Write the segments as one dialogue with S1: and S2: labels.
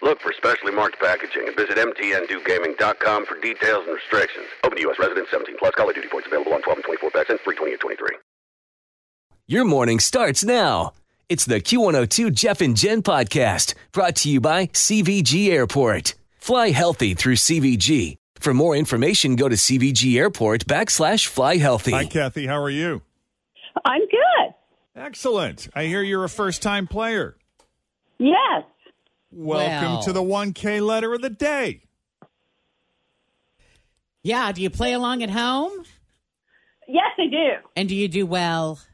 S1: Look for specially marked packaging and visit mtndewgaming.com for details and restrictions. Open to U.S. residents 17 plus. Call of Duty points available on 12 and 24 packs and 320 and 23.
S2: Your morning starts now. It's the Q102 Jeff and Jen podcast brought to you by CVG Airport. Fly healthy through CVG. For more information, go to CVG Airport backslash fly healthy.
S3: Hi, Kathy. How are you?
S4: I'm good.
S3: Excellent. I hear you're a first time player.
S4: Yes.
S3: Welcome
S5: Well.
S3: to the 1K letter of the day.
S5: Yeah, do you play along at home?
S4: Yes, I do.
S5: And do you do well?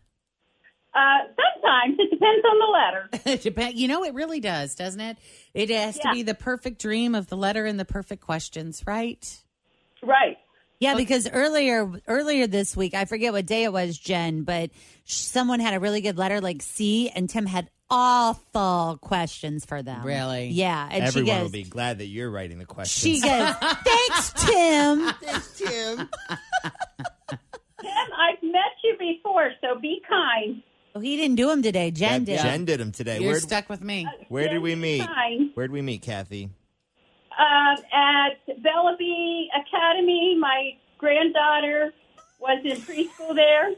S4: Uh, sometimes it depends on the letter.
S5: Depend- you know, it really does, doesn't it? It has to
S4: Yeah.
S5: be the perfect dream of the letter and the perfect questions, right?
S4: right.
S6: Yeah, because earlier earlier this week, I forget what day it was, Jen, but sh- someone had a really good letter like C, and Tim had awful questions for them.
S5: Really?
S6: Yeah, and she
S7: Everyone
S6: goes,
S7: will be glad that you're writing the questions.
S6: she goes, thanks, Tim.
S4: Tim, Um, I've met you before, so be kind.
S6: Oh, he didn't do them today.
S7: Yeah,
S6: Jen did.
S7: Jen did 'em today.
S5: You're
S7: Where'd-
S5: stuck with me.
S7: where did we
S4: Be
S7: meet?
S4: Kind.
S7: Where'd we meet, Kathy?
S4: Um, at Bellaby Academy, my granddaughter was in preschool there.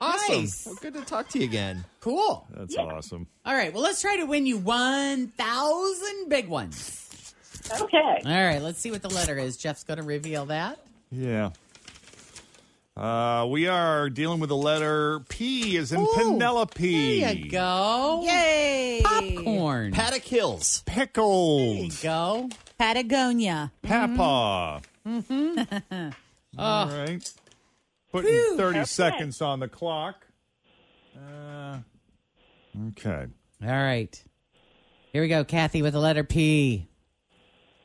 S7: Awesome.
S5: Nice.
S7: Well, good to talk to you again.
S5: Cool.
S3: That's awesome.
S5: All right, well, let's try to win you 1,000 big ones.
S4: Okay.
S5: All right, let's see what the letter is. Jeff's going to reveal that.
S3: Yeah. Uh, we are dealing with the letter P as in Penelope.
S5: There you go.
S6: Yay!
S5: Popcorn.
S7: Paddock Hills.
S5: There you
S3: Pickled.
S5: go.
S6: Patagonia.
S3: Papa.
S5: Mm-hmm.
S3: All right. Putting 30 seconds on the clock. Uh, okay.
S5: All right. Here we go, Kathy, with the letter P.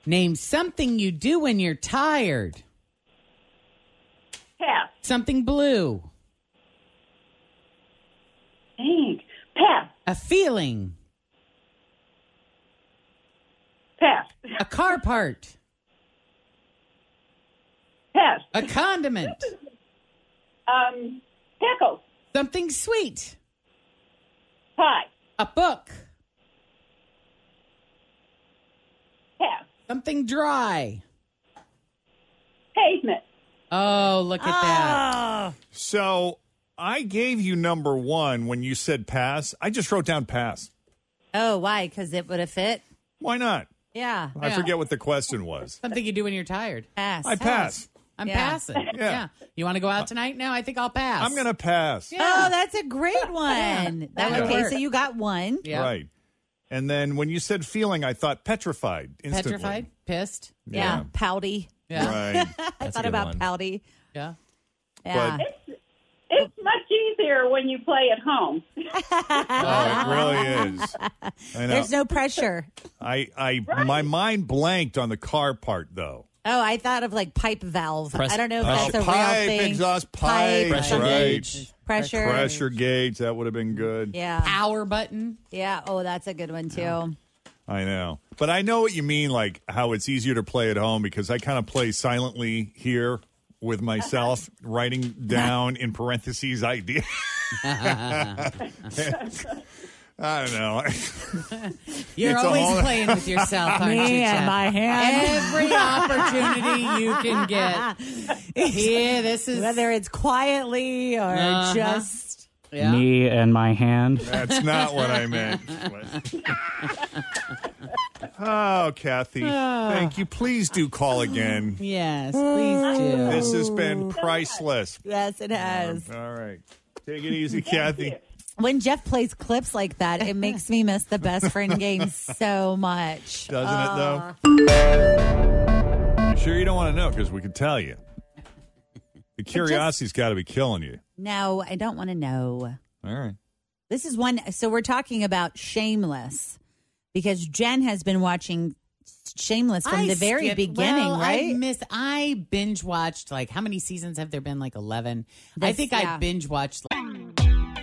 S5: Name something you do when you're tired.
S4: Pass.
S5: Something blue.
S4: Dang. Pass.
S5: A feeling.
S4: Pass.
S5: A car part.
S4: Pass.
S5: A condiment.
S4: Um, pickles.
S5: Something sweet.
S4: Pie.
S5: A book.
S4: Pass.
S5: Something dry.
S4: Pavement.
S5: Oh, look at
S3: Ah.
S5: that.
S3: So I gave you number one when you said pass. I just wrote down pass.
S6: Oh, why? Because it would have fit.
S3: Why not?
S6: Yeah.
S3: I forget what the question was.
S5: Something you do when you're tired.
S6: Pass.
S3: I pass.
S5: I'm
S6: Yeah.
S5: passing. Yeah. You want to go out tonight? No, I think I'll pass.
S3: I'm going to pass.
S6: Oh, that's a great one. That,
S5: That'll
S6: okay,
S5: work.
S6: so you got one.
S5: Yeah.
S3: Right. And then when you said feeling, I thought petrified instantly.
S5: Petrified? Pissed?
S6: Yeah. Pouty.
S5: Yeah.
S3: Right.
S6: I
S7: That's a
S6: thought
S7: good
S6: about
S7: one.
S6: pouty.
S5: Yeah.
S6: Yeah.
S4: It's much easier when you play at home.
S3: oh, it really is. I know.
S6: There's no pressure.
S3: I, I, my mind blanked on the car part though.
S6: Oh, I thought of like pipe valve.
S7: Press-
S6: I don't know if
S7: press-
S6: that's a real
S3: pipe,
S6: thing.
S3: exhaust pipe,
S6: Pipe,
S3: Pressure
S6: something.
S3: gauge.
S6: Pressure.
S3: Pressure gauge. That would have been good.
S6: Yeah.
S5: Power button?
S6: Yeah. Oh, that's a good one too.
S3: I know. But I know what you mean, like how it's easier to play at home because I kind of play silently here with myself writing down in parentheses idea. I don't know.
S5: You're
S3: It's a
S5: always
S3: whole-
S5: playing with yourself, aren't you?
S6: Me and
S5: Jeff?
S6: my hand.
S5: Every opportunity you can get. Yeah, this is
S6: Whether it's quietly or
S5: Uh-huh.
S6: just
S5: Yeah.
S8: Me and my hand.
S3: That's not what I meant. oh, Kathy, thank you. Please do call again.
S5: Yes, please do.
S3: This has been priceless.
S6: yes, it has.
S3: Um, All right. Take it easy, Kathy.
S6: When Jeff plays clips like that, it makes me miss the best friend game so much. Ah.
S3: Doesn't it, though? You sure you don't want to know? Because we could tell you. The curiosity's got to be killing you.
S6: No, I don't want to know.
S3: All right.
S6: This is one. So we're talking about Shameless because Jen has been watching Shameless from
S5: I
S6: the very
S5: skipped-
S6: beginning,
S5: well, I
S6: right?
S5: missed. I binge watched like how many seasons have there been? Like eleven. I
S6: This-
S5: think I
S6: yeah.
S5: binge watched. Like,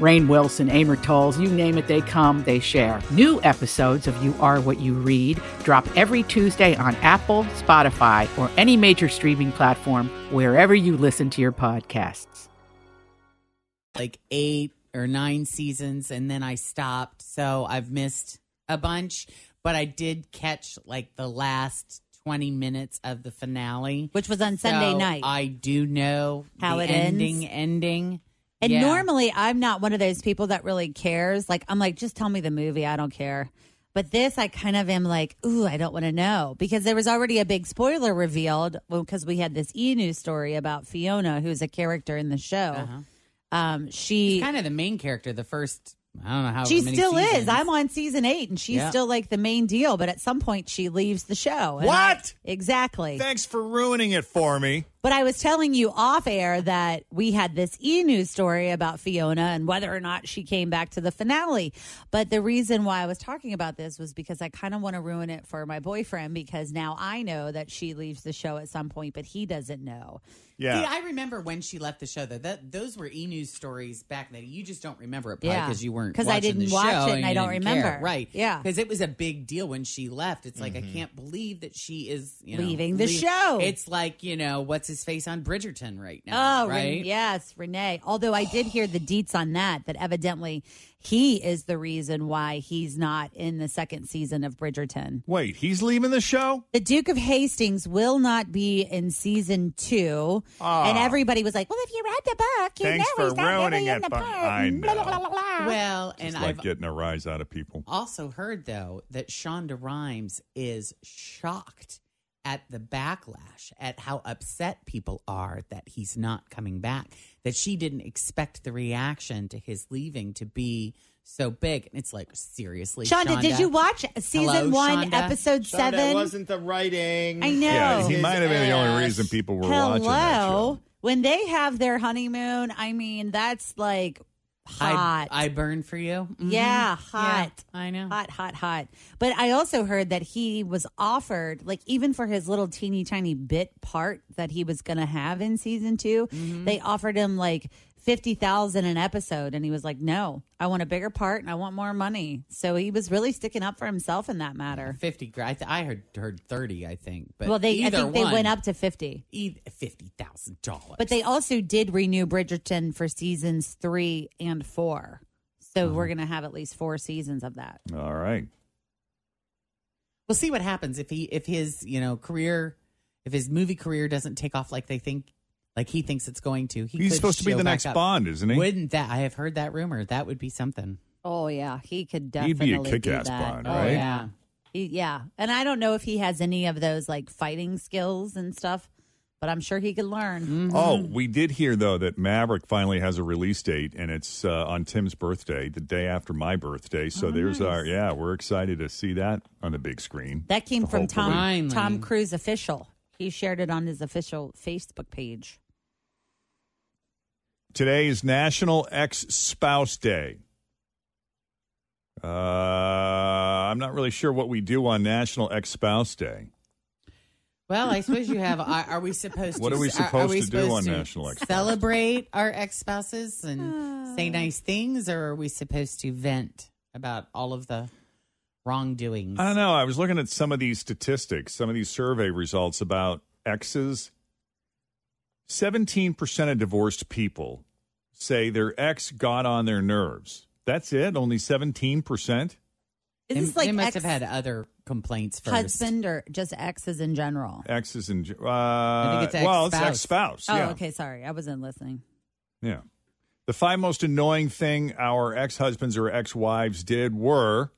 S9: Rain Wilson, Amor Tolls, you name it, they come, they share. New episodes of You Are What You Read drop every Tuesday on Apple, Spotify, or any major streaming platform wherever you listen to your podcasts.
S5: like eight or nine seasons and then I stopped. So I've missed a bunch, but I did catch like the last 20 minutes of the finale,
S6: which was on Sunday
S5: So
S6: night.
S5: I do know
S6: How
S5: the
S6: it
S5: ending
S6: ends.
S5: ending.
S6: And
S5: Yeah.
S6: normally I'm not one of those people that really cares. Like I'm like, just tell me the movie. I don't care. But this, I kind of am like, ooh, I don't want to know because there was already a big spoiler revealed because we had this e news story about Fiona, who's a character in the show. Um, she
S5: kind of Uh-huh. the main character the first I don't know how
S6: she
S5: many
S6: still is.
S5: seasons.
S6: I'm on season eight, and she's
S5: Yeah.
S6: still like the main deal. But at some point, she leaves the show. Oh, And I-
S3: What?
S6: exactly.
S3: Thanks for ruining it for me.
S6: But I was telling you off air that we had this e news story about Fiona and whether or not she came back to the finale. But the reason why I was talking about this was because I kind of want to ruin it for my boyfriend because now I know that she leaves the show at some point, but he doesn't know.
S5: See, I remember when she left the show though. That those were E News stories back then. You just don't remember it probably
S6: Yeah.
S5: because you weren't
S6: 'Cause I
S5: watching
S6: didn't
S5: the
S6: watch
S5: show
S6: it and I
S5: you
S6: don't
S5: didn't care.
S6: remember.
S5: Right?
S6: Yeah.
S5: because it was a big deal when she left. It's like I can't believe that she is you know,
S6: Leaving the
S5: leave-
S6: show.
S5: It's like you know what's his face on Bridgerton right now.
S6: Oh, Ren-
S5: right.
S6: yes, Renee. Although I did hear the deets on that, that evidently he is the reason why he's not in the second season of Bridgerton.
S3: Wait, he's leaving the show?
S6: The Duke of Hastings will not be in season two.
S3: Ah.
S6: And everybody was like, well, if you read the book, you
S3: Thanks
S6: know
S3: for
S6: he's not
S3: ruining
S6: really in
S3: it.
S6: the
S3: but
S6: book.
S3: I know.
S6: Blah, blah, blah, blah.
S5: Well, and
S3: It's
S5: I've
S3: like getting a rise out of people.
S5: also heard though that Shonda Rhimes is shocked at the backlash, at how upset people are that he's not coming back, that she didn't expect the reaction to his leaving to be so big. And it's like, seriously,
S6: Shonda,
S5: Shonda,
S6: did you watch season
S5: Hello,
S6: one,
S5: Shonda?
S6: episode
S7: Shonda,
S6: seven?
S7: it wasn't the writing.
S6: I know.
S3: Yeah, he
S7: His
S3: might have been the
S7: ass.
S3: only reason people were watching that show.
S6: Hello. When they have their honeymoon, I mean, that's like
S5: I,
S6: hot.
S5: I burn for you? Mhm.
S6: Yeah, hot.
S5: I know.
S6: Hot, hot, hot. But I also heard that he was offered, like, even for his little teeny tiny bit part that he was going to have in season 2
S5: Mm-hmm.
S6: they offered him like 50,000 an episode. And he was like, no, I want a bigger part and I want more money. So he was really sticking up for himself in that matter.
S5: 50 gra- I, th- I heard, heard 30, I think. But
S6: well, they, I
S5: either
S6: think they
S5: one,
S6: went up to 50.
S5: e- $50,000.
S6: But they also did renew Bridgerton for seasons three and four. So we're
S5: Uh-huh.
S6: going to have at least four seasons of that.
S3: All right.
S5: We'll see what happens if he if his you know career if his movie career doesn't take off like they think like he thinks it's going to. He
S3: He's
S5: could
S3: supposed to be
S5: show
S3: the
S5: back
S3: next
S5: up.
S3: Bond, isn't he?
S5: Wouldn't that? I have heard that rumor. That would be something.
S6: Oh yeah, he could
S3: He'd
S6: definitely
S3: be a
S6: do
S3: kick-ass
S6: that.
S3: Bond,
S6: Oh,
S3: right?
S6: Yeah. He- yeah, and I don't know if he has any of those like fighting skills and stuff, but I'm sure he could learn.
S3: Oh, we did hear though that Maverick finally has a release date, and it's uh, on Tim's birthday, the day after my birthday. So there's our yeah, we're excited to see that on the big screen.
S6: that came
S3: The
S6: from
S3: whole
S6: Tom
S3: parade.
S5: Finally.
S6: Tom Cruise official. He shared it on his official Facebook page.
S3: Today is National Ex Spouse Day. Uh, I'm not really sure what we do on National Ex Spouse Day.
S5: Well, I suppose you have. Are, are we supposed
S3: What
S5: to?
S3: are we supposed to do on National Ex-Spouse?
S5: Celebrate our ex spouses and
S6: Ah.
S5: say nice things, or are we supposed to vent about all of the wrongdoings?
S6: Uh,
S3: I don't know. I was looking at some of these statistics, some of these survey results about exes. 17% of divorced people say their ex got on their nerves. That's it, only 17%.
S6: Is
S5: They-
S6: this like
S5: they must
S6: ex-
S5: have had other complaints first.
S6: husband or just exes in general?
S3: Exes and uh,
S6: think it's
S3: well, it's ex
S6: ex-spouse.
S3: spouse.
S6: Oh,
S3: yeah.
S6: okay. Sorry, I wasn't listening.
S3: Yeah. The five most annoying thing our ex husbands or ex wives did were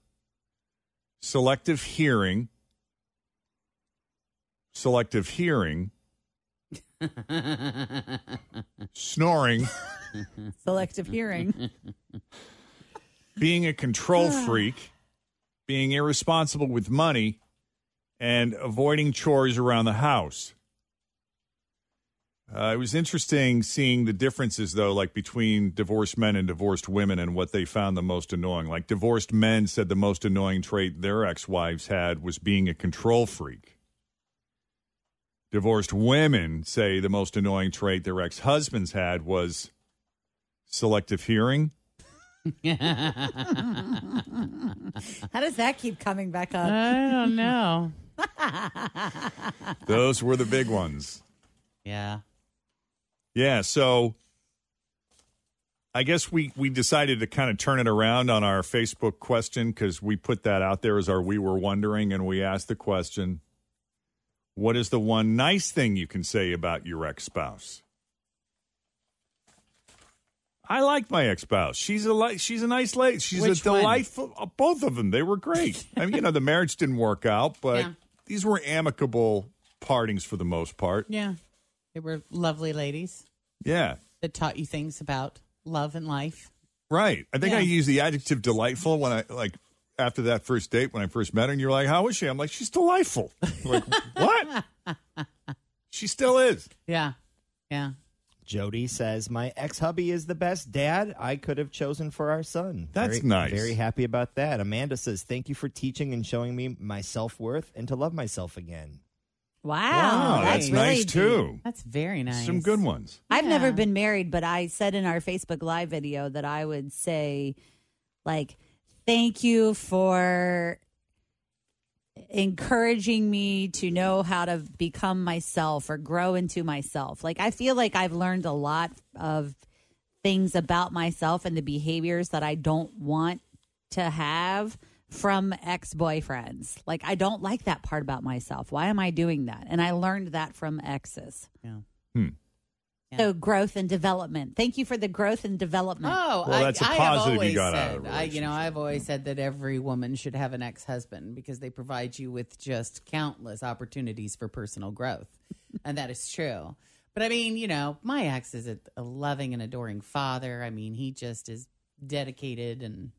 S3: selective hearing, selective hearing, snoring,
S6: Selective hearing.
S3: being a control freak, being irresponsible with money, and avoiding chores around the house. Uh, it was interesting seeing the differences, though, like between divorced men and divorced women and what they found the most annoying. Like, divorced men said the most annoying trait their ex wives had was being a control freak. Divorced women say the most annoying trait their ex husbands had was selective hearing,
S6: How does that keep coming back up?
S5: I don't know.
S3: Those were the big ones.
S5: Yeah.
S3: Yeah. So I guess we, we decided to kind of turn it around on our Facebook question because we put that out there as our We Were Wondering, and we asked the question What is the one nice thing you can say about your ex spouse? I like my ex spouse. She's a li- she's a nice lady. She's
S10: Which
S3: a
S10: one?
S3: delightful. uh, Both of them, they were great. I mean, you know, the marriage didn't work out, but
S5: Yeah.
S3: these were amicable partings for the most part.
S5: Yeah. They were lovely ladies
S3: Yeah,
S5: that taught you things about love and life.
S3: Right. I think I
S5: Yeah.
S3: used the adjective delightful when I like after that first date when I first met her and you're like, How is she? I'm like, She's delightful. I'm like, what? she still is.
S5: Yeah. Yeah.
S7: Jody says, My ex hubby is the best dad I could have chosen for our son.
S3: That's
S7: Very-
S3: nice.
S7: Very happy about that. Amanda says, Thank you for teaching and showing me my self worth and to love myself again.
S6: Wow,
S7: Wow,
S3: that's nice,
S6: deep.
S3: too.
S5: That's very nice.
S3: Some good ones.
S6: I've never been married, but I said in our Facebook Live video that I would say, like, thank you for encouraging me to know how to become myself or grow into myself. Like, I feel like I've learned a lot of things about myself and the behaviors that I don't want to have from ex boyfriends. Like, I don't like that part about myself. Why am I doing that? And I learned that from exes.
S5: Yeah.
S3: Hmm.
S6: So growth and development. Thank you for the growth and development.
S5: Oh,
S3: Well,
S5: I,
S3: that's a
S5: I have
S3: positive you
S5: always
S3: got out
S5: said,
S3: of the
S5: I, you know, I've always said that every woman should have an ex-husband because they provide you with just countless opportunities for personal growth, and that is true. But I mean, you know, my ex is a, a loving and adoring father. I mean, he just is dedicated, and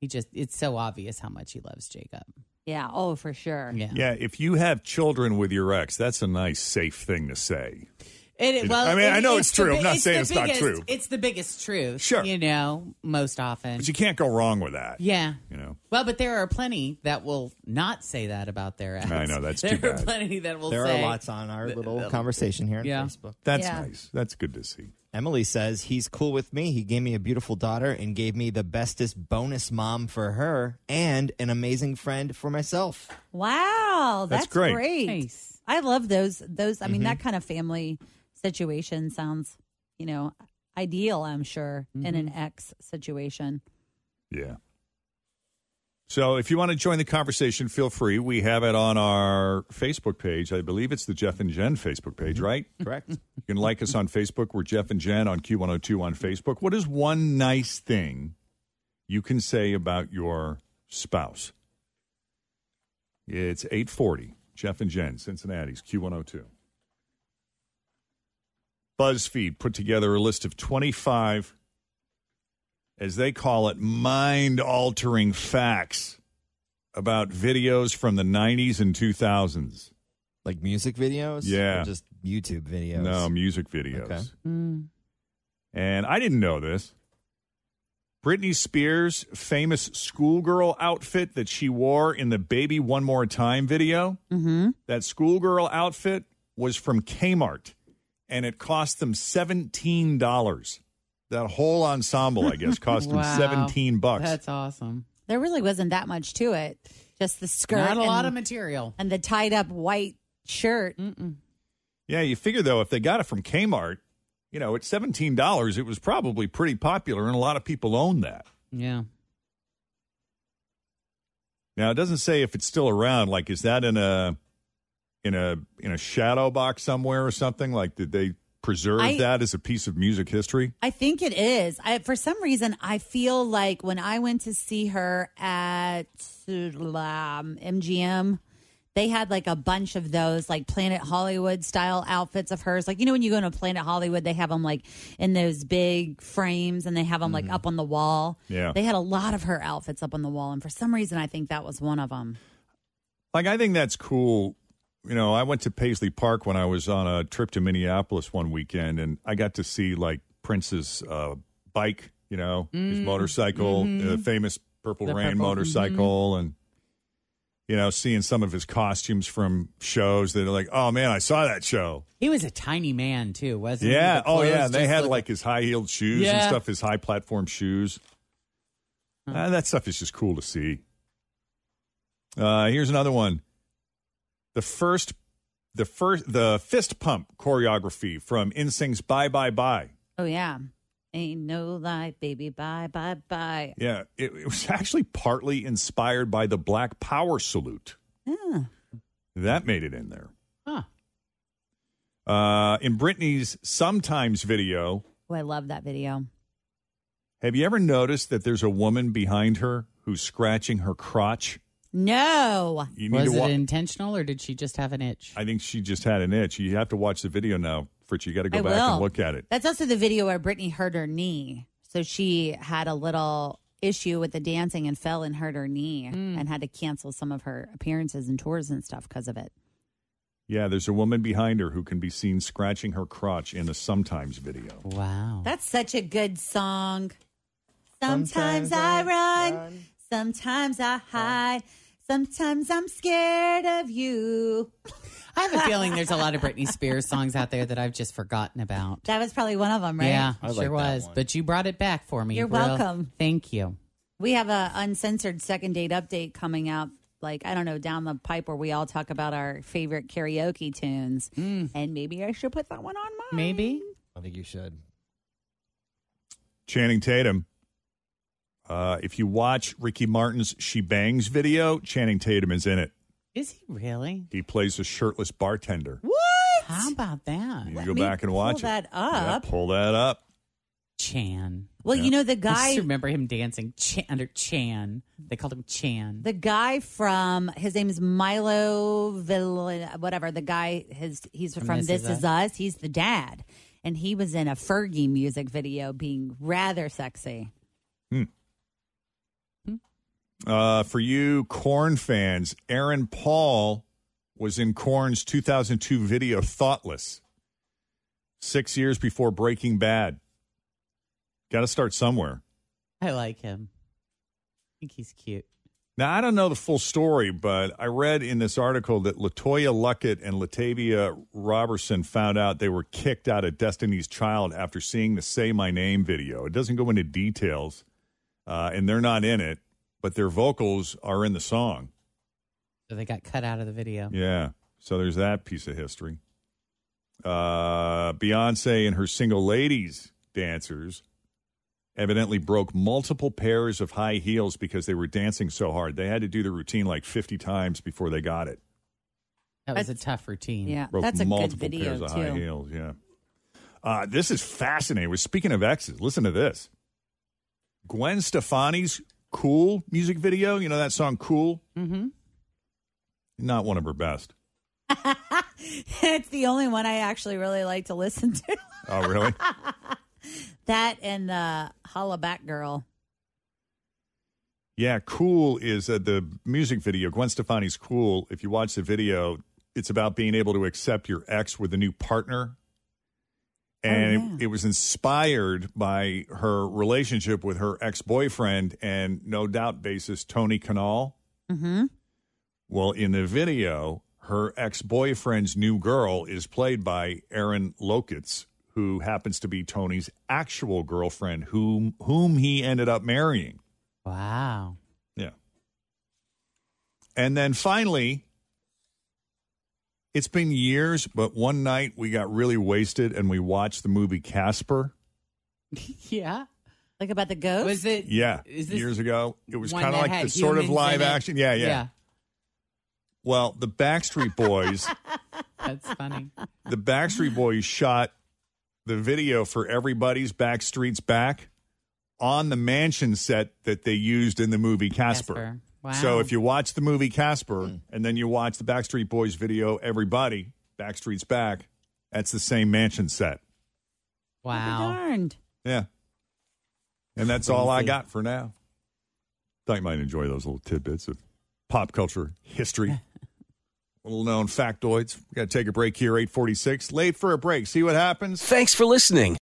S5: he just—it's so obvious how much he loves Jacob.
S6: Yeah. Oh, for sure.
S5: Yeah.
S3: Yeah, if you have children with your ex, that's a nice safe thing to say.
S5: It,
S3: It-
S5: well,
S3: I mean,
S5: it-
S3: I know it's
S5: the
S3: true. I'm
S5: bi-
S3: not saying
S5: the
S3: it's not
S5: biggest-
S3: true.
S5: It's the biggest truth.
S3: Sure.
S5: You know, most often.
S3: But you can't go wrong with that.
S5: Yeah.
S3: You know.
S5: Well, but there are plenty that will not say that about their ex.
S3: I know, that's
S5: there
S3: too
S5: There
S3: bad.
S5: are plenty that will
S7: there
S5: say.
S7: are lots on our little
S5: th-
S7: conversation here on
S5: yeah.
S7: Facebook.
S3: That's
S5: Yeah.
S3: nice. That's good to see.
S7: Emily says, He's cool with me. He gave me a beautiful daughter and gave me the bestest bonus mom for her and an amazing friend for myself.
S6: Wow.
S7: That's
S6: That's,
S7: great.
S5: Nice.
S6: I love those. Those. I mean,
S3: Mm-hmm.
S6: that kind of family situation sounds, you know, ideal. I'm sure in an ex situation.
S3: Mm-hmm. Yeah. So if you want to join the conversation, feel free. We have it on our Facebook page. I believe it's the Jeff and Jen Facebook page, right?
S7: Correct.
S3: You can like us on Facebook. We're Jeff and Jen on Q102 on Facebook. What is one nice thing you can say about your spouse? It's 840. Jeff and Jen, Cincinnati's Q102. BuzzFeed put together a list of 25, as they call it, mind altering facts about videos from the 90s and 2000s.
S7: Like music videos?
S3: Yeah.
S7: Or just YouTube videos?
S5: Mm,
S3: No, music videos.
S7: Okay.
S3: And I didn't know this. Britney Spears' famous schoolgirl outfit that she wore in the Baby One More Time video.
S6: Mm-hmm.
S3: That schoolgirl outfit was from Kmart and it cost them $17. That whole ensemble, I guess, cost them
S6: Wow.
S3: 17 bucks.
S5: That's awesome.
S6: There really wasn't that much to it. Just the skirt.
S5: Not a lot
S6: and-
S5: of material.
S6: And the tied up white shirt. Mm-mm.
S3: Yeah, you figure though, if they got it from Kmart, you know, at seventeen dollars, it was probably pretty popular, and a lot of people own that.
S5: Yeah.
S3: Now it doesn't say if it's still around. Like, is that in a in a in a shadow box somewhere or something? Like, did they preserve
S6: I-
S3: that as a piece of music history?
S6: I think it is. I, for some reason, I feel like when I went to see her at um, MGM, they had like a bunch of those like Planet Hollywood style outfits of hers. Like, you know, when you go into Planet Hollywood, they have them like in those big frames and they have them like up on the wall.
S3: Yeah.
S6: They had a lot of her outfits up on the wall. And for some reason, I think that was one of them.
S3: Like, I think that's cool. You know, I went to Paisley Park when I was on a trip to Minneapolis one weekend, and I got to see like Prince's uh, bike. You know, his
S8: Mm,
S3: motorcycle,
S8: mhm.
S3: the famous Purple
S8: The
S3: Rain
S8: purple, mm-hmm.
S3: motorcycle, and you know, seeing some of his costumes from shows that are like, oh man, I saw that show.
S5: He was a tiny man too, wasn't he?
S3: yeah,
S5: The
S3: oh
S5: clothes
S3: yeah, and they
S5: just
S3: had
S5: looked-
S3: like his high heeled shoes and
S5: Yeah.
S3: stuff, his high platform shoes. Uh, that stuff is just cool to see. Uh, here's another one. The first, the first, the fist pump choreography from InSync's "Bye Bye Bye."
S6: Oh, yeah. Ain't no lie, baby. Bye, bye, bye.
S3: Yeah, it, it was actually partly inspired by the Black Power salute.
S6: Yeah.
S3: That made it in there.
S5: Huh.
S3: Uh, in Britney's "Sometimes" video,
S6: Oh, I love that video.
S3: have you ever noticed that there's a woman behind her who's scratching her crotch?
S6: No.
S3: You need
S5: was
S3: to
S5: it
S3: wa-
S5: intentional or did she just have an itch?
S3: I think she just had an itch. You have to watch the video now, Fritz. You got to go
S6: I
S3: back
S6: will.
S3: and look at it.
S6: That's also the video where Britney hurt her knee. So she had a little issue with the dancing and fell and hurt her knee and had to cancel some of her appearances and tours and stuff because of it.
S3: Yeah, there's a woman behind her who can be seen scratching her crotch in the sometimes video.
S5: Wow.
S6: That's such a good song. Sometimes,
S3: Sometimes
S6: I,
S3: I
S6: run, sometimes I hide, sometimes I'm scared of you.
S5: I have a feeling there's a lot of Britney Spears songs out there that I've just forgotten about.
S6: That was probably one of them, right?
S5: Yeah, sure was. But you brought it back for me.
S6: You're
S5: Will.
S6: welcome.
S5: Thank you.
S6: We have a uncensored second date update coming up. Like I don't know, down the pipe where we all talk about our favorite karaoke tunes, and maybe I should put that one on mine.
S5: Hmm. Maybe
S7: I think you should.
S3: Channing Tatum. Uh, if you watch Ricky Martin's She Bangs video, Channing Tatum is in it.
S5: is he really?
S3: He plays a shirtless bartender.
S6: What?
S5: How about that?
S3: You go back and watch
S6: pull
S3: it.
S6: that up.
S3: Yeah, pull that up.
S5: Chan.
S6: Well, you know the
S5: I
S6: guy,
S5: just remember him dancing Chan, under Chan. They called him Chan.
S6: the guy from his name is Milo Villan, whatever. The guy, his he's from,
S5: From This
S6: This,
S5: Is
S6: Is, Us. He's the dad, and he was in a Fergie music video, being rather sexy.
S3: Uh, for you corn fans, Aaron Paul was in Corn's 2002 video Thoughtless, six years before Breaking Bad. Got to start somewhere.
S5: I like him. I think he's cute.
S3: Now, I don't know the full story, but I read in this article that Latoya Luckett and Latavia Robertson found out they were kicked out of Destiny's Child after seeing the Say My Name video. It doesn't go into details, uh, and they're not in it, but their vocals are in the song.
S5: So they got cut out of the video.
S3: Yeah. So there's that piece of history. Uh, Beyonce and her single ladies dancers evidently broke multiple pairs of high heels because they were dancing so hard. They had to do the routine like 50 times before they got it.
S5: That was a tough routine.
S6: Yeah,
S3: Broke
S6: that's a good
S3: multiple
S6: video
S3: pairs of high
S6: too.
S3: heels. Yeah. Uh, this is fascinating. We're speaking of exes. Listen to this. Gwen Stefani's "Cool" music video. You know that song "Cool."
S5: Mm-hmm.
S3: Not one of her best.
S6: it's the only one I actually really like to listen to.
S3: Oh, really?
S6: That and the Holla Back Girl.
S3: Yeah, Cool is uh, the music video. Gwen Stefani's Cool. If you watch the video, it's about being able to accept your ex with a new partner. and it, it was inspired by her relationship with her ex boyfriend and no doubt bassist Tony Kanal.
S6: Mm-hmm.
S3: Well, in the video, her ex boyfriend's new girl is played by Erin Lokitz, who happens to be Tony's actual girlfriend, whom whom he ended up marrying.
S5: Wow.
S3: Yeah. And then finally, it's been years, but one night we got really wasted and we watched the movie Casper.
S5: Yeah.
S6: Like about the ghost?
S5: Was it?
S3: Yeah,
S5: Is this
S3: years ago. It was
S5: one
S3: kind of
S5: that
S3: like
S5: had
S3: the sort of
S5: humans in
S3: live
S5: it?
S3: action. Yeah, yeah, Well, the Backstreet Boys,
S5: That's funny.
S3: the Backstreet Boys shot the video for everybody's Backstreet's Back on the mansion set that they used in the movie Casper.
S5: Casper. Wow.
S3: So if you watch the movie Casper and then you watch the Backstreet Boys video Everybody, Backstreet's Back, that's the same mansion set.
S5: Wow.
S6: Darned.
S3: Yeah. And that's all I got for now. Thought you might enjoy those little tidbits of pop culture history. little known factoids. We got to take a break here, 846. Late for a break. See what happens.
S2: Thanks for listening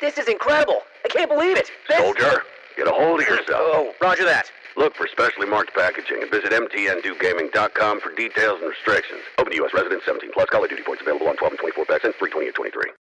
S11: This is incredible. I can't believe it. This-
S1: Soldier, get a hold of yourself.
S11: Oh, roger that.
S1: Look for specially marked packaging and visit mtndewgaming.com for details and restrictions. Open to U.S. residents 17 plus. Call of Duty points available on 12 and 24 packs and free 20 and 23.